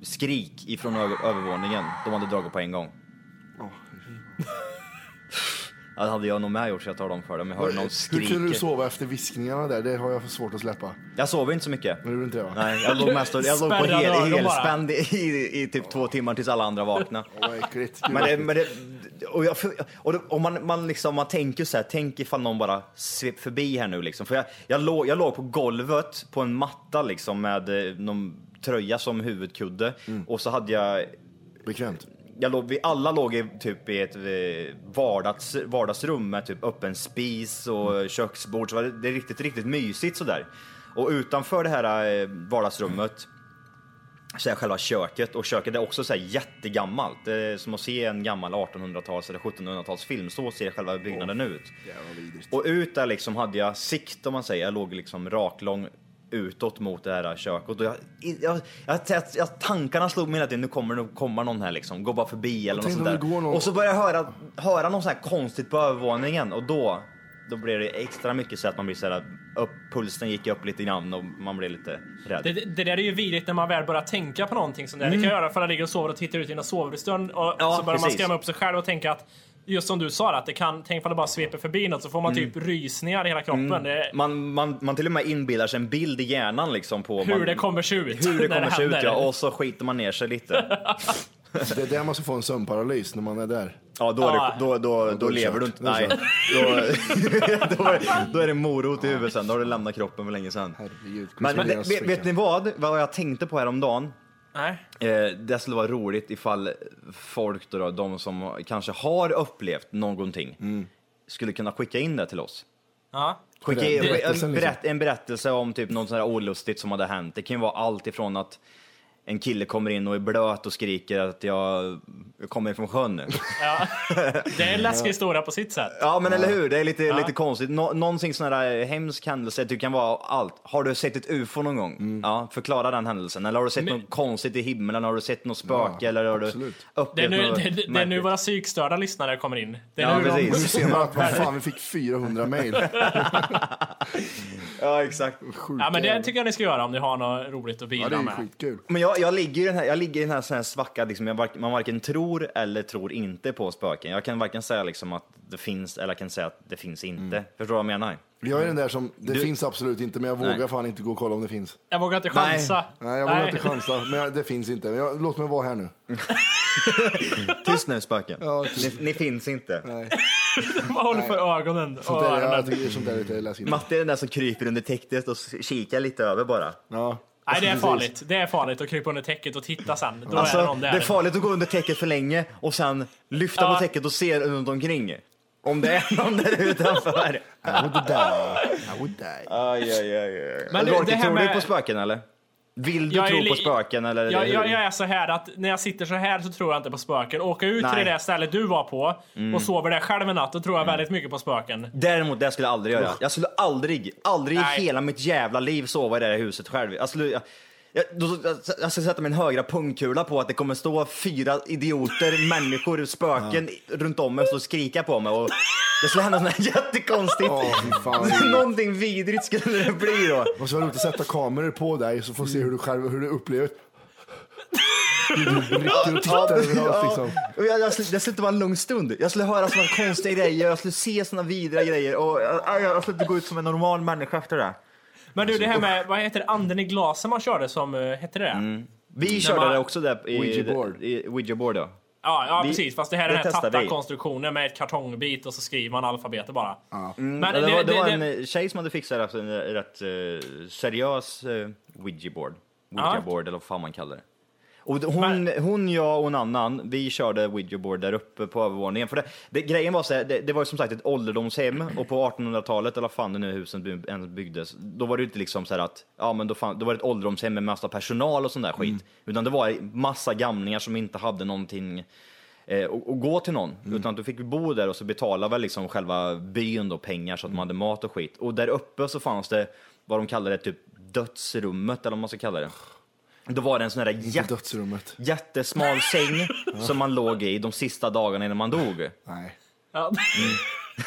[SPEAKER 6] skrik ifrån ö- övervåningen. De hade dragit på en gång. Ja, det hade jag nog med gjort så jag tar dem för det. Men jag hörde någon
[SPEAKER 2] Hur kunde du
[SPEAKER 6] skrika.
[SPEAKER 2] sova efter viskningarna där? Det har jag svårt att släppa.
[SPEAKER 6] Jag sov inte så mycket.
[SPEAKER 2] Men det gjorde inte det va?
[SPEAKER 6] Nej, jag låg, mest, och- jag låg på
[SPEAKER 3] Spärrade
[SPEAKER 6] hel,
[SPEAKER 3] öron bara.
[SPEAKER 6] helspänd i, i, i typ två timmar tills alla andra vaknade.
[SPEAKER 2] Vad äckligt. Gud,
[SPEAKER 6] Men det, men det, och jag, och det, och man, man, liksom, man tänker så här, tänk ifall någon bara sveper förbi här nu liksom. För jag, jag, låg, jag låg på golvet på en matta liksom med eh, någon tröja som huvudkudde och så hade jag,
[SPEAKER 2] Bekvämt.
[SPEAKER 6] jag låg, vi alla låg i, typ i ett eh, vardags, vardagsrum med typ öppen spis och köksbord. Så var det, det är riktigt, riktigt mysigt sådär. Och utanför det här eh, vardagsrummet så är själva köket och köket är också så här jättegammalt. Det är som att se en gammal 1800-tals eller 1700-talsfilm. Så ser själva byggnaden ut. Och ut där liksom hade jag sikt om man säger. Jag låg liksom raklång utåt mot det här köket. Och jag, jag, jag, jag, jag, tankarna slog mig hela tiden. Nu kommer det nog komma någon här liksom. Gå bara förbi eller något
[SPEAKER 2] tänk
[SPEAKER 6] sånt
[SPEAKER 2] om
[SPEAKER 6] där.
[SPEAKER 2] det går någon-
[SPEAKER 6] Och så började jag höra, höra något så här konstigt på övervåningen och då då blir det extra mycket så att man blir så här, upp, pulsen gick upp lite grann och man blir lite rädd.
[SPEAKER 3] Det, det där är ju vidrigt när man väl börjar tänka på någonting som det. Det kan jag göra för att jag ligger och sover och tittar ut genom sovrumsdörren och
[SPEAKER 6] Mm. Ja,
[SPEAKER 3] så börjar man
[SPEAKER 6] precis.
[SPEAKER 3] skrämma upp sig själv och tänka att Just som du sa, att det kan, tänk ifall det bara sveper förbi något så får man
[SPEAKER 6] Mm.
[SPEAKER 3] typ rysningar i hela kroppen. Det,
[SPEAKER 6] Man, man, man till och med inbillar sig en bild i hjärnan liksom på
[SPEAKER 3] hur
[SPEAKER 6] man,
[SPEAKER 3] det kommer se ut.
[SPEAKER 6] hur det
[SPEAKER 3] när
[SPEAKER 6] kommer se ut
[SPEAKER 3] händer.
[SPEAKER 6] ja, och så skiter man ner sig lite.
[SPEAKER 2] Det är där man ska få en sömnparalys när man är där.
[SPEAKER 6] Ja, då, är
[SPEAKER 3] Ja.
[SPEAKER 6] det, då, då, då
[SPEAKER 2] är det kört.
[SPEAKER 6] lever du inte.
[SPEAKER 2] Då är
[SPEAKER 6] Nej,
[SPEAKER 2] det
[SPEAKER 6] då, [LAUGHS] då, är, då är det morot i huvudet sen. Då har du lämnat kroppen för länge sen.
[SPEAKER 2] Herregud.
[SPEAKER 6] Men, men
[SPEAKER 2] konspireras
[SPEAKER 6] vet, vet ni vad? Vad jag tänkte på häromdagen?
[SPEAKER 3] Nej.
[SPEAKER 6] Eh, det skulle vara roligt ifall folk, då, då, de som kanske har upplevt någonting,
[SPEAKER 2] Mm.
[SPEAKER 6] skulle kunna skicka in det till oss.
[SPEAKER 3] Ja.
[SPEAKER 6] Skicka
[SPEAKER 2] Berättelsen,
[SPEAKER 6] en,
[SPEAKER 2] liksom.
[SPEAKER 6] en, berätt, en berättelse om typ något sånt här olustigt som hade hänt. Det kan ju vara allt ifrån att en kille kommer in och är blöt och skriker att jag jag kommer ifrån
[SPEAKER 2] [LAUGHS]
[SPEAKER 6] sjön nu.
[SPEAKER 3] Det är en läskig historia på sitt sätt.
[SPEAKER 6] Ja men eller hur, det är lite, lite konstigt. Nå någonting sån här eh, hemsk händelse, det kan vara allt. Har du sett ett ufo någon gång?
[SPEAKER 2] Mm.
[SPEAKER 6] Ja, förklara den händelsen. Eller har du sett något konstigt i himlen? Har du sett något spöke? eller har du
[SPEAKER 2] absolut.
[SPEAKER 6] upplevt
[SPEAKER 3] Det är nu,
[SPEAKER 6] något
[SPEAKER 3] det, det är nu
[SPEAKER 6] märkligt?
[SPEAKER 3] våra psykstörda lyssnare kommer in. Det är
[SPEAKER 6] Ja,
[SPEAKER 3] nu de-
[SPEAKER 6] precis.
[SPEAKER 2] Nu ser man att vad fan, vi fick 400 mejl.
[SPEAKER 6] Ja exakt.
[SPEAKER 3] ja, men det tycker jag ni ska göra om ni har något roligt att
[SPEAKER 2] Ja, det
[SPEAKER 3] bidra
[SPEAKER 2] är ju
[SPEAKER 3] med.
[SPEAKER 2] skitkul.
[SPEAKER 6] Men jag, jag ligger i den här, jag ligger i den här, sån här svackan, liksom, jag vark, man varken tror eller tror inte på spöken. Jag kan varken säga liksom, att det finns eller jag kan säga att det finns inte. Förstår du vad jag menar?
[SPEAKER 2] Jag är den där som, det finns absolut inte, men jag vågar
[SPEAKER 6] Nej.
[SPEAKER 2] fan inte gå och kolla om det finns.
[SPEAKER 3] Jag vågar inte chansa.
[SPEAKER 2] Nej, jag vågar inte
[SPEAKER 3] [LAUGHS]
[SPEAKER 2] chansa, men jag, det finns inte. Men jag, låt mig vara här nu.
[SPEAKER 6] Tyst nu spöken.
[SPEAKER 2] Ja,
[SPEAKER 6] ni, ni finns inte.
[SPEAKER 3] Vad håller för ögonen?
[SPEAKER 2] Sånt
[SPEAKER 3] och
[SPEAKER 2] där,
[SPEAKER 3] öronen?
[SPEAKER 2] jag tycker sånt där är lite läskigt.
[SPEAKER 6] Matte är den där som kryper under täcket och kikar lite över bara.
[SPEAKER 2] Ja.
[SPEAKER 3] Nej, det är
[SPEAKER 2] Precis.
[SPEAKER 3] farligt. Det är farligt att krypa under täcket och titta sen. Då är det
[SPEAKER 6] Alltså,
[SPEAKER 3] någon
[SPEAKER 6] det
[SPEAKER 3] där.
[SPEAKER 6] är farligt att gå under täcket för länge och sen lyfta
[SPEAKER 3] Ja.
[SPEAKER 6] på täcket och se runt omkring. Om det är någon där utanför.
[SPEAKER 2] I would die. I would die.
[SPEAKER 6] Aj, aj, aj, aj.
[SPEAKER 3] Men
[SPEAKER 6] Men
[SPEAKER 3] det-
[SPEAKER 6] Lorky,
[SPEAKER 3] det här
[SPEAKER 6] tror du
[SPEAKER 3] med-
[SPEAKER 6] på spöken eller? Vill du
[SPEAKER 3] Jag är
[SPEAKER 6] tro
[SPEAKER 3] li-
[SPEAKER 6] på spöken eller?
[SPEAKER 3] Jag,
[SPEAKER 6] hur?
[SPEAKER 3] jag, jag är så här att när jag sitter så här så tror jag inte på spöken. Åka ut till
[SPEAKER 6] Nej. Mm.
[SPEAKER 3] det där stället du var på och sover där själv en natt, då tror jag väldigt mycket på spöken.
[SPEAKER 6] Däremot, det skulle jag aldrig göra. Jag skulle aldrig, aldrig i
[SPEAKER 3] Nej.
[SPEAKER 6] hela mitt jävla liv sova i det här huset själv. Jag skulle, jag, jag, då, jag, jag ska sätta min högra pungkula på att det kommer stå fyra
[SPEAKER 2] [LAUGHS]
[SPEAKER 6] idioter, människor, spöken runt om mig och stå och skrika på mig. Och det skulle hända något [LAUGHS] jättekonstigt.
[SPEAKER 2] Åh, fy fan.
[SPEAKER 6] [LAUGHS] Någonting vidrigt skulle det bli då.
[SPEAKER 2] Och så var det roligt att sätta kameror på dig så får se hur du själv hur du upplever det. Du rycker och tittar överallt liksom.
[SPEAKER 6] Och jag, jag, skulle, det skulle inte vara en lugn stund. Jag skulle höra såna konstiga grejer, jag skulle se såna vidriga grejer och jag, jag, jag skulle inte gå ut som en normal människa efter det.
[SPEAKER 3] Men du, det här med, vad heter det, anden i glasen man körde som, eh, hette det det?
[SPEAKER 6] Mm. Vi körde
[SPEAKER 3] man-
[SPEAKER 6] det också där i
[SPEAKER 2] Ouija board.
[SPEAKER 6] i Ouija board ja.
[SPEAKER 3] Ja, ja
[SPEAKER 6] Vi-
[SPEAKER 3] precis. Fast det här är
[SPEAKER 6] det
[SPEAKER 3] den här
[SPEAKER 6] testar vi.
[SPEAKER 3] tatta-konstruktionen med ett kartongbit och så skriver man alfabetet bara. Men
[SPEAKER 6] Ja, det, var, det, var en eh, tjej som hade fixat alltså en eh, rätt eh, seriös eh, Ouija board. Ouija
[SPEAKER 3] Ja.
[SPEAKER 6] board eller vad fan man kallar det. Och d- hon, hon, jag och en annan, vi körde Ouija board där uppe på övervåningen. För det, det, grejen var så här, det, det var ju som sagt ett ålderdomshem och på 1800-talet, eller vad fan det nu husen by, ens byggdes, då var det ju inte liksom så här att, ja men då, fan, då var det ett ålderdomshem med massa personal och sån där skit. Utan det var massa gamlingar som inte hade någonting eh, och, och gå till någon.
[SPEAKER 2] Mm.
[SPEAKER 6] Utan du fick bo där och så betalade väl liksom själva byn då pengar så att de
[SPEAKER 2] Mm.
[SPEAKER 6] hade mat och skit. Och där uppe så fanns det vad de kallade typ dödsrummet eller vad man ska kalla det. Då var det en sån där
[SPEAKER 2] I
[SPEAKER 6] jätte,
[SPEAKER 2] dödsrummet. [LAUGHS]
[SPEAKER 6] jättesmal säng som man låg i de sista dagarna innan man dog.
[SPEAKER 2] Nej.
[SPEAKER 3] Ja. [LAUGHS]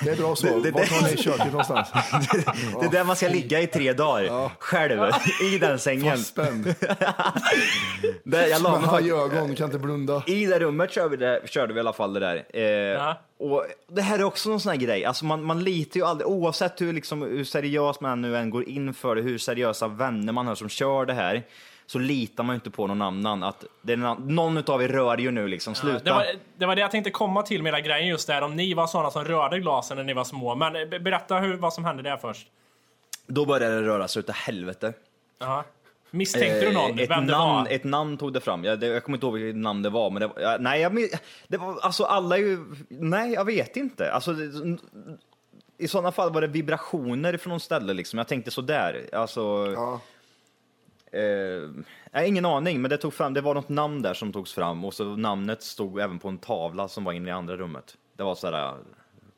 [SPEAKER 2] Det är bra så.
[SPEAKER 6] det-
[SPEAKER 2] Vart har ni köket
[SPEAKER 6] [LAUGHS]
[SPEAKER 2] någonstans?
[SPEAKER 6] Det är där man ska ligga i tre dagar, själv, i den sängen.
[SPEAKER 2] Spänd.
[SPEAKER 6] Där, jag la
[SPEAKER 2] Man
[SPEAKER 6] mig
[SPEAKER 2] har
[SPEAKER 6] faktiskt
[SPEAKER 2] ju ögon, kan inte blunda.
[SPEAKER 6] I det rummet körde vi, det, körde vi i alla fall det där. Eh, Och det här är också någon sån här grej, alltså man, man litar ju aldrig, oavsett hur, liksom, hur seriös man nu än går in för det, hur seriösa vänner man har som kör det här, så litar man ju inte på någon annan. Att det är någon, någon utav er rör ju nu liksom, sluta.
[SPEAKER 3] Det var, det var det jag tänkte komma till med hela grejen just där, om ni var sådana som rörde glasen när ni var små. Men eh, be- berätta hur, vad som hände där först.
[SPEAKER 6] Då började det röra sig utav helvete.
[SPEAKER 3] Ja. Misstänkte du
[SPEAKER 6] Eh,
[SPEAKER 3] någon?
[SPEAKER 6] Ett
[SPEAKER 3] Vem det
[SPEAKER 6] namn,
[SPEAKER 3] var?
[SPEAKER 6] ett namn tog det fram. Jag, det, jag kommer inte ihåg vilket namn det var. Men det, var- ja, nej, jag, men- det var, alltså alla är ju... Nej, jag vet inte. Alltså, det, I sådana fall var det vibrationer från något ställe. Liksom. Jag tänkte sådär. Alltså,
[SPEAKER 2] Ja.
[SPEAKER 6] eh, jag har ingen aning, men det, tog fram, det var något namn där som togs fram. Och så namnet stod även på en tavla som var inne i andra rummet. Det var sådär eh,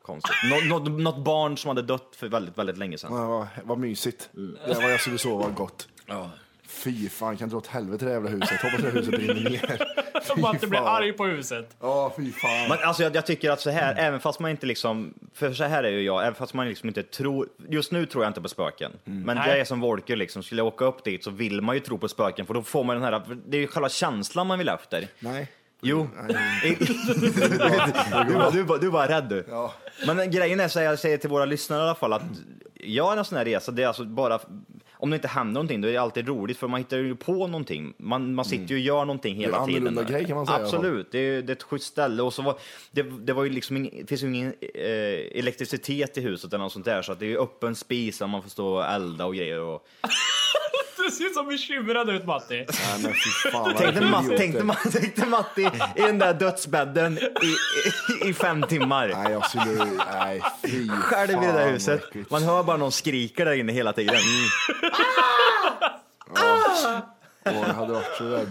[SPEAKER 6] konstigt. Nå, något, något barn som hade dött för väldigt, väldigt länge sedan.
[SPEAKER 2] Ja, vad, vad mysigt. Det var jag skulle sova gott. Fy fan, kan dra åt helvete det jävla huset. Hoppas det här huset brinner ner.
[SPEAKER 3] [LAUGHS] Som att du blev
[SPEAKER 2] fan.
[SPEAKER 3] arg på huset.
[SPEAKER 2] Ja, fy fan.
[SPEAKER 6] Men alltså jag, jag tycker att så här, även fast man inte liksom, för så här är ju jag, även fast man liksom inte tror, just nu tror jag inte på spöken. Men
[SPEAKER 3] Nej.
[SPEAKER 6] jag är som Volker liksom, skulle jag åka upp dit så vill man ju tro på spöken för då får man den här, för det är ju själva känslan man vill efter.
[SPEAKER 2] Nej.
[SPEAKER 6] Jo. [LAUGHS] du, bara- du, bara- du bara rädd du.
[SPEAKER 2] Ja.
[SPEAKER 6] Men grejen är så här, jag säger till våra lyssnare i alla fall att jag är en sån här resa, det är alltså bara om det inte händer någonting, då är det alltid roligt för man hittar ju på någonting. Man, man sitter ju och gör någonting hela
[SPEAKER 2] Mm. Det är
[SPEAKER 6] tiden.
[SPEAKER 2] annorlunda grej kan man säga i alla fall.
[SPEAKER 6] Absolut, det är, det är ett schysst ställe. Och så var, det, det var ju liksom ing, det finns ju ingen eh, elektricitet i huset eller något sånt där, så att det är ju öppen spis där man får stå och elda och grejer. Och,
[SPEAKER 3] Du ser så bekymrad ut Matti.
[SPEAKER 2] Nej, men fy fan vad
[SPEAKER 6] Tänkte,
[SPEAKER 2] idioter.
[SPEAKER 6] Matti, tänkte, Matti, [LAUGHS] tänkte Matti i den där dödsbädden i, i, i fem timmar.
[SPEAKER 2] Nej, jag skulle... Nej, fy
[SPEAKER 6] Själv i det
[SPEAKER 2] fan,
[SPEAKER 6] där
[SPEAKER 2] vad
[SPEAKER 6] huset.
[SPEAKER 2] äckligt.
[SPEAKER 6] Man hör bara någon skrika där inne hela tiden.
[SPEAKER 2] Åh, jag hade varit så rädd.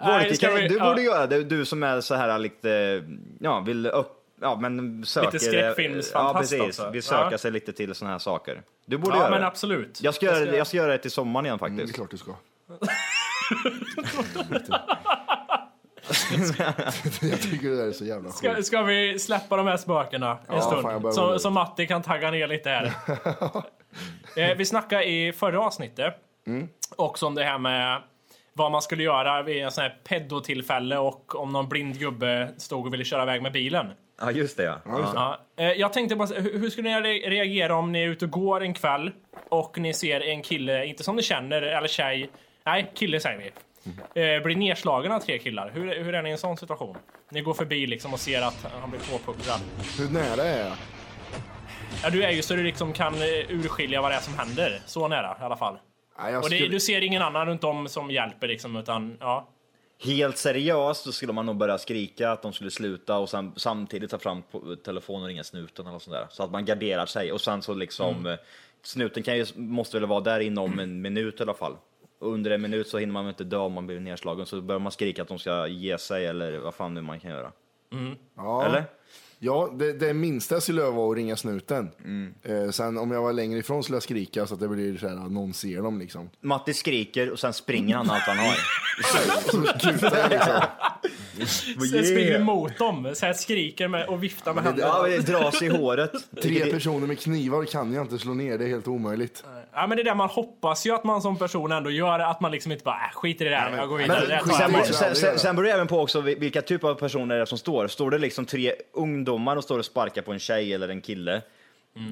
[SPEAKER 3] Nej, det
[SPEAKER 6] Bortik,
[SPEAKER 3] ska vi-
[SPEAKER 6] du
[SPEAKER 3] ja.
[SPEAKER 6] borde göra det. Du som är så här lite, ja, vill upp, ja men söker. Ja,
[SPEAKER 3] skräckfilmsfantast
[SPEAKER 6] precis.
[SPEAKER 3] alltså.
[SPEAKER 6] Vill söka
[SPEAKER 3] Ja.
[SPEAKER 6] sig lite till såna här saker. Du borde
[SPEAKER 3] Ja
[SPEAKER 6] göra
[SPEAKER 3] men
[SPEAKER 6] det.
[SPEAKER 3] absolut.
[SPEAKER 6] Jag ska, göra, det- jag ska göra det till sommaren igen
[SPEAKER 2] Mm, Det är
[SPEAKER 6] faktiskt.
[SPEAKER 2] klart du ska. jag tycker det där är så jävla
[SPEAKER 3] Ska,
[SPEAKER 2] sjukt.
[SPEAKER 3] ska vi släppa de här spökena en
[SPEAKER 2] Ja, fan, jag
[SPEAKER 3] stund?
[SPEAKER 2] börjar
[SPEAKER 3] så,
[SPEAKER 2] vara
[SPEAKER 3] så Matti kan tagga ner lite här.
[SPEAKER 6] [LAUGHS]
[SPEAKER 3] eh, vi snackade i förra avsnittet
[SPEAKER 6] Mm.
[SPEAKER 3] också om det här med vad man skulle göra vid en sån här pedotillfälle och om någon blind gubbe stod och ville köra iväg med bilen.
[SPEAKER 6] Ja, just det ja.
[SPEAKER 3] Ja. Eh, jag tänkte bara, hur hur skulle ni re- reagera om ni är ute och går en kväll och ni ser en kille, inte som ni känner, eller tjej, nej kille säger vi, eh, blir nedslagen av tre killar. Hur, hur är ni i en sån situation? Ni går förbi liksom och ser att han blir påpucklad.
[SPEAKER 2] Hur nära är jag?
[SPEAKER 3] Ja, du är ju så du liksom kan eh, urskilja vad det är som händer. Så nära i alla fall.
[SPEAKER 2] Nej, jag
[SPEAKER 3] Och det,
[SPEAKER 2] skulle-
[SPEAKER 3] du ser ingen annan runt om som hjälper liksom, utan ja.
[SPEAKER 6] Helt seriöst så skulle man nog börja skrika att de skulle sluta och sen samtidigt ta fram po- telefonen och ringa snuten eller sånt där. Så att man garderar sig och sen så liksom
[SPEAKER 2] Mm.
[SPEAKER 6] eh, snuten kan ju, måste väl vara där inom en minut i alla fall. Och under en minut så hinner man väl inte dö om man blir nedslagen så börjar man skrika att de ska ge sig eller vad fan nu man kan göra.
[SPEAKER 2] Ja.
[SPEAKER 6] Eller?
[SPEAKER 2] Ja, det, det minsta jag skulle göra var att ringa snuten. Eh, sen om jag var längre ifrån skulle jag skrika så att det blir så här, någon ser dem liksom.
[SPEAKER 6] Matti skriker och sen springer han allt
[SPEAKER 2] [LAUGHS]
[SPEAKER 6] han har.
[SPEAKER 3] Sen springer mot dem, så här skriker med, och viftar med händerna.
[SPEAKER 6] Ja, det dras i håret.
[SPEAKER 2] Tre personer med knivar kan jag inte slå ner, det är helt omöjligt.
[SPEAKER 3] Ja men det där man hoppas ju att man som person ändå gör, att man liksom inte bara äh, skit i det där, jag går vidare.
[SPEAKER 2] men
[SPEAKER 3] det där tar
[SPEAKER 2] skit i
[SPEAKER 3] jag
[SPEAKER 6] Sen,
[SPEAKER 3] bara."
[SPEAKER 2] det.
[SPEAKER 6] sen, sen, sen beror det även på också vil- vilka typer av personer det är som står. Står det liksom tre ungdomar och står och sparkar på en tjej eller en kille,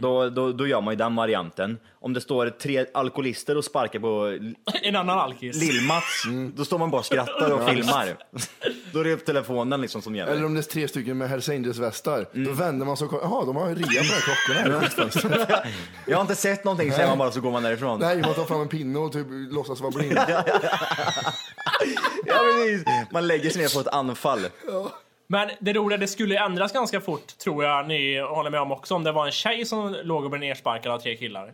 [SPEAKER 6] då, då, då gör man ju den varianten. Om det står tre alkoholister och sparkar på L-
[SPEAKER 3] [LAUGHS] En annan alkis.
[SPEAKER 6] Lill-Mats, då står man bara och skrattar och filmar. Då är det telefonen liksom som gäller.
[SPEAKER 2] Eller om det är tre stycken med Hells Angels-västar, då vänder man sig och kollar, jaha, de har rea på de här klockorna. här i skyltfönstret."
[SPEAKER 6] Jag har inte sett någonting, säger man bara så går man
[SPEAKER 2] [LAUGHS]
[SPEAKER 6] därifrån.
[SPEAKER 2] Nej, man tar fram en pinne och typ låtsas vara blind.
[SPEAKER 6] Ja, precis. Man lägger sig ner på ett anfall.
[SPEAKER 3] Men det roliga, det skulle ändras ganska fort tror jag ni håller med om också, om det var en tjej som låg och blev nersparkad av tre killar.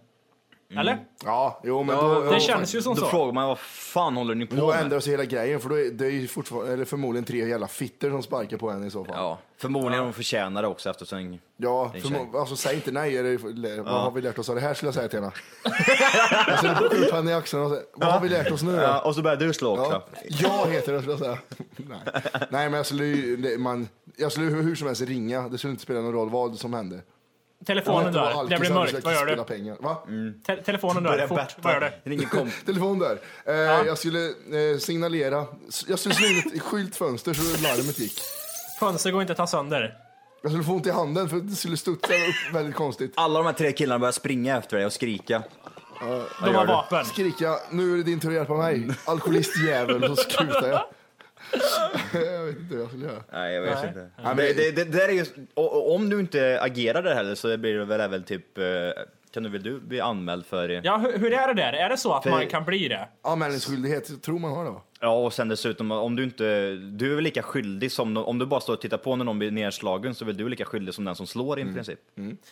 [SPEAKER 3] Eller?
[SPEAKER 2] Mm. Ja, jo men då...
[SPEAKER 3] Det
[SPEAKER 2] jo,
[SPEAKER 3] känns ju som
[SPEAKER 6] Då
[SPEAKER 3] så.
[SPEAKER 6] frågar man vad fan håller ni på
[SPEAKER 2] Då
[SPEAKER 6] med?
[SPEAKER 2] ändras ju hela grejen för då är det är ju fortfarande, eller förmodligen tre jävla fitter som sparkar på henne i så fall. Ja,
[SPEAKER 6] Ja, förmodligen hon förtjänar det också eftersom är en
[SPEAKER 2] förmo- alltså säg inte nej, är det, vad har vi lärt oss av det här skulle jag säga till henne. [LAUGHS] jag skulle plocka upp henne i axeln och säga, vad har vi lärt oss nu då?
[SPEAKER 6] Ja, och så börjar du slå också.
[SPEAKER 2] Ja, jag heter det skulle jag säga. [LAUGHS] Nej. nej men jag skulle ju, det- man, jag skulle hur hur som helst ringa, det skulle inte spela någon roll vad som hände.
[SPEAKER 3] Telefonen
[SPEAKER 2] Det var
[SPEAKER 3] dör,
[SPEAKER 2] halkisar
[SPEAKER 3] det blir
[SPEAKER 2] som
[SPEAKER 3] mörkt,
[SPEAKER 2] försökte
[SPEAKER 3] vad gör
[SPEAKER 2] spela
[SPEAKER 3] du?
[SPEAKER 2] Pengar. Va?
[SPEAKER 6] Mm.
[SPEAKER 3] Te- telefonen dör, fort, vad gör du?
[SPEAKER 6] Ringer komp.
[SPEAKER 2] Telefon där. Eh, Jag skulle eh, signalera, jag skulle slå in ett skylt fönster så larmet gick.
[SPEAKER 3] Fönster går inte att ta sönder.
[SPEAKER 2] Jag skulle få ont i handen för det skulle studsa upp väldigt konstigt.
[SPEAKER 6] Alla de här tre killarna börjar springa efter dig och skrika.
[SPEAKER 3] De
[SPEAKER 6] gör
[SPEAKER 3] har
[SPEAKER 6] du?
[SPEAKER 3] vapen.
[SPEAKER 2] Skrika, nu är det din tur att hjälpa
[SPEAKER 6] Mm.
[SPEAKER 2] mig. Alkoholistjävel, så
[SPEAKER 6] [LAUGHS]
[SPEAKER 2] skutar jag. jag vet inte vad jag skulle göra.
[SPEAKER 6] Nej, jag vet inte.
[SPEAKER 2] men-
[SPEAKER 6] det, det, det, det där är ju, och, och om du inte agerar där heller så blir det väl även typ, eh, kan du väl du bli anmäld för
[SPEAKER 3] Ja, hur, hur är det där? Är det så att
[SPEAKER 6] För-
[SPEAKER 3] man kan bli det?
[SPEAKER 2] Anmälningsskyldighet, tror man har det va?
[SPEAKER 6] Ja, och sen dessutom om du inte, du är väl lika skyldig som, no- om du bara står och tittar på när någon blir nedslagen så är väl du lika skyldig som den som slår i
[SPEAKER 2] Mm.
[SPEAKER 6] princip.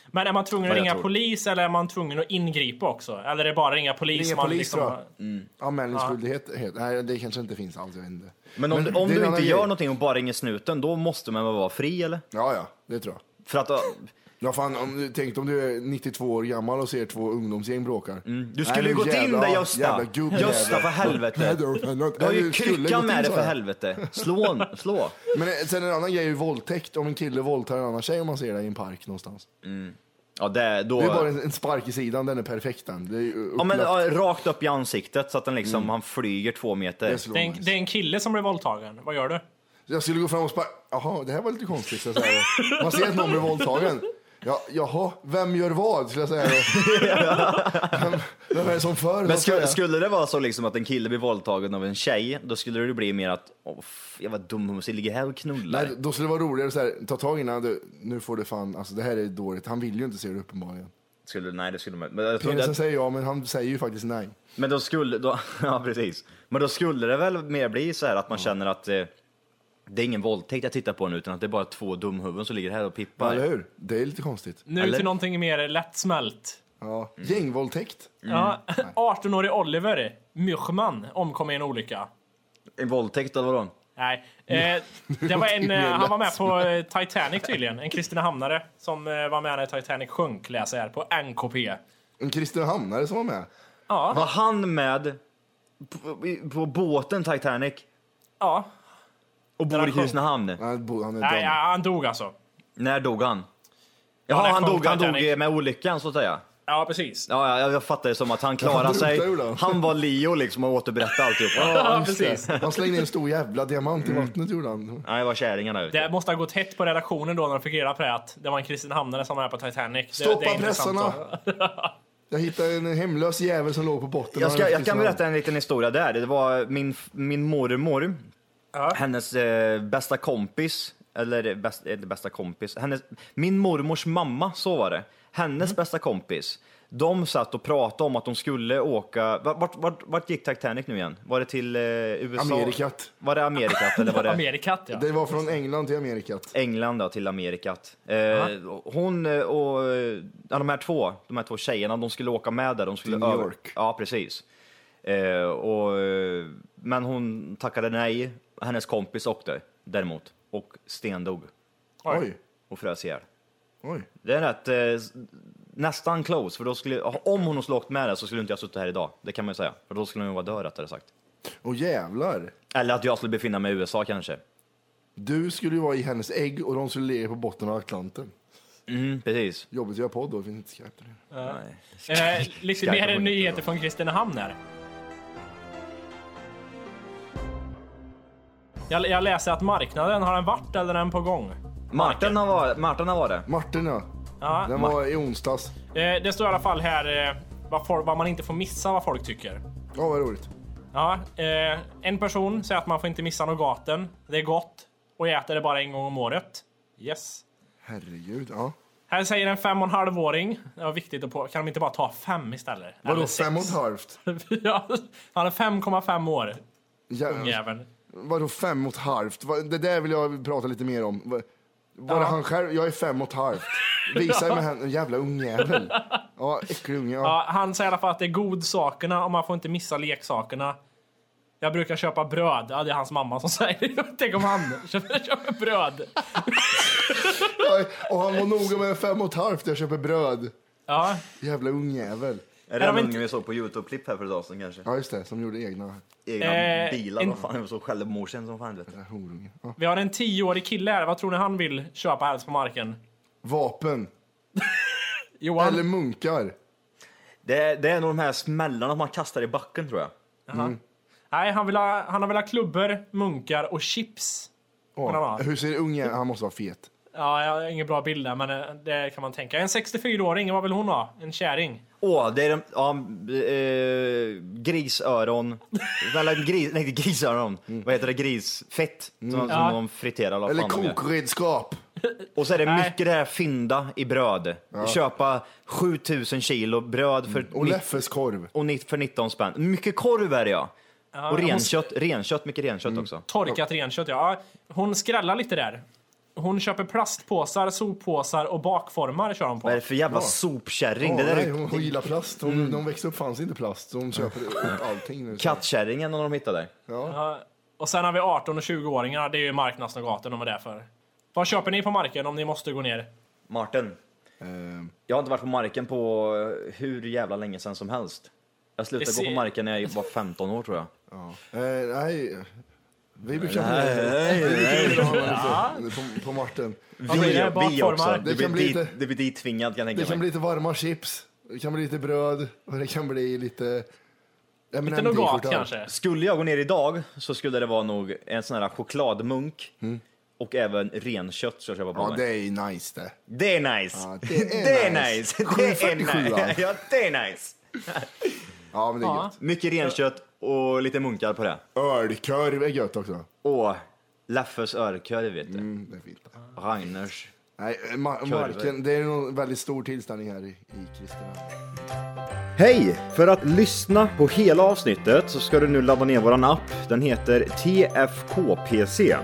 [SPEAKER 3] Men är man tvungen att
[SPEAKER 6] Vad jag
[SPEAKER 3] ringa
[SPEAKER 6] tror.
[SPEAKER 3] polis eller är man tvungen att ingripa också? Eller är det bara ringa polis?
[SPEAKER 2] Ringa
[SPEAKER 3] man liksom
[SPEAKER 2] polis tror jag.
[SPEAKER 6] Mm.
[SPEAKER 2] Anmälningsskyldighet, heter- nej det kanske inte finns alls, jag vet inte.
[SPEAKER 6] Men om,
[SPEAKER 2] Men
[SPEAKER 6] du- om
[SPEAKER 2] det är en
[SPEAKER 6] du inte
[SPEAKER 2] annan
[SPEAKER 6] gör
[SPEAKER 2] grej.
[SPEAKER 6] någonting och bara ringer snuten, då måste man väl vara fri eller?
[SPEAKER 2] Ja, ja, det tror jag.
[SPEAKER 6] För att,
[SPEAKER 2] Ja, fan, om, du- tänk om du är 92 år gammal och ser två ungdomsgäng bråkar.
[SPEAKER 6] Mm. du
[SPEAKER 2] Nej,
[SPEAKER 6] skulle ju
[SPEAKER 2] men
[SPEAKER 6] gått in
[SPEAKER 2] jävla-
[SPEAKER 6] där Gösta!
[SPEAKER 2] jävla gubbjävel.
[SPEAKER 6] Gösta för
[SPEAKER 2] Nej,
[SPEAKER 6] helvete!
[SPEAKER 2] det har fan något-
[SPEAKER 6] Du har ju
[SPEAKER 2] Nej, skulle
[SPEAKER 6] kryckan
[SPEAKER 2] gått in
[SPEAKER 6] med dig
[SPEAKER 2] så
[SPEAKER 6] för
[SPEAKER 2] här.
[SPEAKER 6] helvete! Slå, hon,
[SPEAKER 2] [LAUGHS]
[SPEAKER 6] slå!
[SPEAKER 2] Men eh, sen en annan grej är ju våldtäkt, om en kille våldtar en annan tjej om man ser det i en park någonstans.
[SPEAKER 6] Ja, det, då...
[SPEAKER 2] Det är bara en, en spark i sidan, den är perfekt den. Det är ju
[SPEAKER 6] Ja, men,
[SPEAKER 2] upplagt. Mm.
[SPEAKER 6] ja, rakt upp i ansiktet så att den liksom, han flyger två meter.
[SPEAKER 2] Det slår
[SPEAKER 3] Det är, en,
[SPEAKER 2] mig.
[SPEAKER 3] det är en kille som blir våldtagen. Vad gör du?
[SPEAKER 2] Jag skulle gå fram och sparka, jaha det här var lite konstigt. Så att säga. Man ser att någon blir våldtagen. Ja, jaha, vem gör vad skulle jag säga då. vem, vem är det som för?
[SPEAKER 6] Men
[SPEAKER 2] så att
[SPEAKER 6] skulle,
[SPEAKER 2] säga?
[SPEAKER 6] skulle det vara så liksom att en kille blir våldtagen av en tjej, då skulle det bli mer att åh, f- jag var dum hummus, jag ligger här och knullar.
[SPEAKER 2] Nej, då skulle det vara roligare så här, ta tag i innan du, nu får du fan, alltså det här är dåligt. Han vill ju inte se det uppenbarligen.
[SPEAKER 6] skulle, nej det skulle man men, jag trodde
[SPEAKER 2] Penisen
[SPEAKER 6] att,
[SPEAKER 2] säger ja, men han säger ju faktiskt nej.
[SPEAKER 6] men då skulle, då, [LAUGHS] ja precis. Men då skulle det väl mer bli så här att man känner att eh, det är ingen våldtäkt jag tittar på nu utan att det är bara två dumhuvuden som ligger här och pippar.
[SPEAKER 2] Eller hur? Det är lite konstigt.
[SPEAKER 3] Nu
[SPEAKER 6] Eller-
[SPEAKER 3] till någonting mer lättsmält.
[SPEAKER 2] Ja.
[SPEAKER 6] Mm.
[SPEAKER 2] Gängvåldtäkt?
[SPEAKER 3] Ja, [LAUGHS] 18-årig Oliver Mychman omkom i en olycka.
[SPEAKER 6] En våldtäkt eller vadå?
[SPEAKER 3] Nej, eh, det var
[SPEAKER 2] [LAUGHS]
[SPEAKER 3] en, eh, han var med på eh, Titanic tydligen. En Kristinehamnare som eh, var med när Titanic sjönk läser jag här på NKP.
[SPEAKER 2] En Kristinehamnare som var med?
[SPEAKER 6] Var han med på, i- på båten Titanic
[SPEAKER 3] Ja,
[SPEAKER 6] och
[SPEAKER 3] han
[SPEAKER 6] bor i
[SPEAKER 3] sjönk.
[SPEAKER 6] Kristinehamn?
[SPEAKER 2] Han, bo- han är
[SPEAKER 3] nej, ja,
[SPEAKER 2] dömd.
[SPEAKER 3] han dog alltså.
[SPEAKER 6] När dog han?
[SPEAKER 3] när
[SPEAKER 6] Jaha, han
[SPEAKER 3] sjönk
[SPEAKER 6] dog, han dog
[SPEAKER 3] Titanic.
[SPEAKER 6] eh, med olyckan så att säga.
[SPEAKER 3] Ja, precis.
[SPEAKER 6] Ja, ja, jag- jag fattar det som att han klarade
[SPEAKER 2] Han
[SPEAKER 6] sig.
[SPEAKER 2] drunknade ur den.
[SPEAKER 6] Han var Leo liksom och återberättade alltihopa.
[SPEAKER 3] Ja, precis.
[SPEAKER 2] Han slängde in en stor jävla diamant i vattnet gjorde han.
[SPEAKER 6] Nej, det var kärringarna ute.
[SPEAKER 3] Det måste ha gått hett på redaktionen då när de fick reda på det att det var en Kristinehamnare som var med på Titanic. det, det
[SPEAKER 2] Stoppa
[SPEAKER 3] är intressant
[SPEAKER 2] pressarna!
[SPEAKER 3] då.
[SPEAKER 2] Jag hittade en hemlös jävel som låg på botten.
[SPEAKER 6] Jag, ska,
[SPEAKER 2] av
[SPEAKER 6] jag kan
[SPEAKER 2] Kristinehamn.
[SPEAKER 6] berätta en liten historia där. Det var min, min mormor, hennes eh, bästa kompis, eller bäst, eh, inte bästa kompis, hennes, min mormors mamma, så var det. Hennes
[SPEAKER 3] Mm.
[SPEAKER 6] bästa kompis. De satt och pratade om att de skulle åka, vart, vart, vart, vart gick Titanic nu igen? Var det till eh, USA?
[SPEAKER 2] Amerikat.
[SPEAKER 6] Var det Amerikat eller var det?
[SPEAKER 3] Amerikat ja.
[SPEAKER 2] Det var från England till Amerikat.
[SPEAKER 6] England då, till Amerikat. Eh, hon eh, och eh, ja, de här två, de här två tjejerna, de skulle åka med där. De skulle
[SPEAKER 2] Till New
[SPEAKER 6] över-
[SPEAKER 2] York.
[SPEAKER 6] Ja, precis. Eh, och, eh, men hon tackade nej. Hennes kompis åkte däremot och stendog
[SPEAKER 2] Oj.
[SPEAKER 6] och frös ihjäl.
[SPEAKER 2] Oj.
[SPEAKER 6] Det är rätt, eh, s- nästan close, för då skulle, om hon skulle åkt med det så skulle inte jag suttit här idag. Det kan man ju säga, för då skulle hon ju vara död rättare sagt.
[SPEAKER 2] Åh jävlar.
[SPEAKER 6] Eller att jag skulle befinna mig i USA kanske.
[SPEAKER 2] Du skulle ju vara i hennes ägg och de skulle ligga på botten av Atlanten.
[SPEAKER 6] Mm, precis.
[SPEAKER 2] Jobbigt att göra podd då, det finns inte Skype till det.
[SPEAKER 6] Nej.
[SPEAKER 3] Eh, lite
[SPEAKER 6] Skype
[SPEAKER 3] mer
[SPEAKER 6] på
[SPEAKER 3] nyheter från Kristinehamn här. Jag, jag läser att marknaden, har den varit eller är den på gång?
[SPEAKER 6] Martin har varit, Martin har varit.
[SPEAKER 2] Martin ja.
[SPEAKER 3] Ja.
[SPEAKER 2] Den var i onsdags.
[SPEAKER 3] Eh, det står i alla fall här eh, vad, folk, vad man inte får missa vad folk tycker.
[SPEAKER 2] Ja, vad roligt.
[SPEAKER 3] Ja, eh, en person säger att man får inte missa nougaten. Det är gott och jag äter det bara en gång om året. Yes.
[SPEAKER 2] Herregud. Ja.
[SPEAKER 3] Här säger en fem och en halvåring. Det var viktigt att på, Kan de inte bara ta fem istället?
[SPEAKER 2] Vadå
[SPEAKER 3] Eller sex?
[SPEAKER 2] fem och ett halvt?
[SPEAKER 3] [LAUGHS] ja, han är 5,5 år,
[SPEAKER 2] Ja.
[SPEAKER 3] jäveln.
[SPEAKER 2] Vadå fem och ett halvt? Vad- Det där vill jag prata lite mer om. Vad- Var
[SPEAKER 3] Ja.
[SPEAKER 2] det han själv? Jag är fem och ett halvt. Visa mig henne, jävla ungjävel. Ja, äcklig unge. Ja.
[SPEAKER 3] Ja, han säger i alla fall att det är godsakerna och man får inte missa leksakerna. Jag brukar köpa bröd. Ja, det är hans mamma som säger det. [LAUGHS] Tänk om han köper, köper bröd.
[SPEAKER 2] Oj, Och han var noga med fem och ett halvt, jag köper bröd.
[SPEAKER 3] Ja,
[SPEAKER 2] Jävla ungjävel.
[SPEAKER 6] Är
[SPEAKER 3] Är
[SPEAKER 6] det den
[SPEAKER 3] de
[SPEAKER 6] ungen
[SPEAKER 3] inte-
[SPEAKER 6] vi såg på Youtube-klipp här för ett tag sedan kanske?
[SPEAKER 2] Ja, just det, som gjorde egna
[SPEAKER 6] Egna
[SPEAKER 3] Eh,
[SPEAKER 6] bilar,
[SPEAKER 3] en-
[SPEAKER 6] vad fan, jag såg självmordsen som fan. Vet du.
[SPEAKER 2] horunge. Ja.
[SPEAKER 3] vi har en 10-årig kille här. Vad tror ni han vill köpa helst på marken?
[SPEAKER 2] Vapen.
[SPEAKER 3] Johan?
[SPEAKER 2] Eller munkar.
[SPEAKER 6] Det, är, det är nog de här smällarna man kastar i backen tror jag.
[SPEAKER 3] Nej, han, vill ha, han har velat klubbor, munkar och chips.
[SPEAKER 2] Åh,
[SPEAKER 3] han har.
[SPEAKER 2] Hur ser unge Han måste vara fet.
[SPEAKER 3] Ja, jag har ingen bra bild där, men eh, det kan man tänka. En 64-åring, vad vill hon ha? En kärring?
[SPEAKER 6] Åh, det är de, ja, eh, grisöron, eller gris, nej inte grisöron, vad heter det, grisfett som, som
[SPEAKER 3] Mm. Ja.
[SPEAKER 6] de friterar. vad
[SPEAKER 2] Eller
[SPEAKER 6] fan de gör.
[SPEAKER 2] kokredskap.
[SPEAKER 6] Och så är det
[SPEAKER 3] Nej.
[SPEAKER 6] mycket det här fynda i bröd. Köpa 7000 kilo bröd för,
[SPEAKER 2] Mm. Och
[SPEAKER 6] nitt-
[SPEAKER 2] Leffes korv.
[SPEAKER 6] och nitt- för 19 spänn. Mycket korv är det ja. och
[SPEAKER 3] jag måste-
[SPEAKER 6] renkött, renkött, mycket renkött också.
[SPEAKER 3] Torkat renkött, ja. Hon skrällar lite där. Hon köper plastpåsar, soppåsar och bakformar kör hon på.
[SPEAKER 6] Vad är det för jävla sopkärring?
[SPEAKER 2] Ja,
[SPEAKER 6] det där
[SPEAKER 2] nej,
[SPEAKER 6] är
[SPEAKER 2] hon, hon gillar plast. Hon,
[SPEAKER 6] Mm.
[SPEAKER 2] De växte upp fanns inte plast. De köper upp allting nu.
[SPEAKER 6] kattkärringen när de hittade där.
[SPEAKER 3] Ja, Och sen har vi 18 och 20-åringarna, det är ju marknadsnogaten de är där för. Vad köper ni på marken om ni måste gå ner?
[SPEAKER 6] Martin,
[SPEAKER 2] Ehm,
[SPEAKER 6] jag har inte varit på marken på eh, hur jävla länge sedan som helst. Jag slutade
[SPEAKER 3] Det
[SPEAKER 6] gå
[SPEAKER 3] ser-
[SPEAKER 6] på marken när jag var 15 år tror jag.
[SPEAKER 2] eh, nej. Vi brukar inte ha honom på, på Martin.
[SPEAKER 3] Vad blir det? Bakformar?
[SPEAKER 6] Det
[SPEAKER 2] Det
[SPEAKER 6] blir,
[SPEAKER 2] kan bli
[SPEAKER 6] dit,
[SPEAKER 2] lite-
[SPEAKER 6] det blir ditvingad kan jag
[SPEAKER 2] Det
[SPEAKER 6] tänka
[SPEAKER 2] kan
[SPEAKER 6] mig.
[SPEAKER 2] bli lite varma chips. Det kan bli lite bröd. Och det kan bli lite... Ja, men
[SPEAKER 3] Lite
[SPEAKER 2] en
[SPEAKER 3] nougat
[SPEAKER 2] t-skjorta.
[SPEAKER 3] kanske?
[SPEAKER 6] Skulle jag gå ner idag så skulle det vara nog en sån här chokladmunk och även renkött ska jag köpa på
[SPEAKER 2] Mm. Ja,
[SPEAKER 6] mig.
[SPEAKER 2] det är ju nice det.
[SPEAKER 6] Det är nice!
[SPEAKER 2] Ja, det är
[SPEAKER 6] det är
[SPEAKER 2] nice.
[SPEAKER 6] nice! [LAUGHS]
[SPEAKER 2] Sju
[SPEAKER 6] Det är
[SPEAKER 2] 47, va?
[SPEAKER 6] nice! Ja, det är nice!
[SPEAKER 2] Ja, men det är
[SPEAKER 3] Ja.
[SPEAKER 2] gött.
[SPEAKER 6] Mycket renkött och lite munkar på det.
[SPEAKER 2] Ölkorv är gött också.
[SPEAKER 6] Och Laffes ölkorv vet du.
[SPEAKER 2] Mm, det är fint.
[SPEAKER 6] Ragners.
[SPEAKER 2] Nej, ma- marken, det är nog en väldigt stor tillställning här i, i Kristina.
[SPEAKER 6] Hej! För att lyssna på hela avsnittet så ska du nu ladda ner våran app. Den heter TFKPC.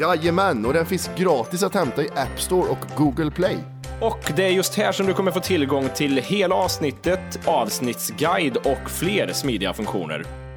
[SPEAKER 2] Jajamän, och den finns gratis att hämta i App Store och Google Play.
[SPEAKER 9] Och det är just här som du kommer få tillgång till hela avsnittet, avsnittsguide och fler smidiga funktioner.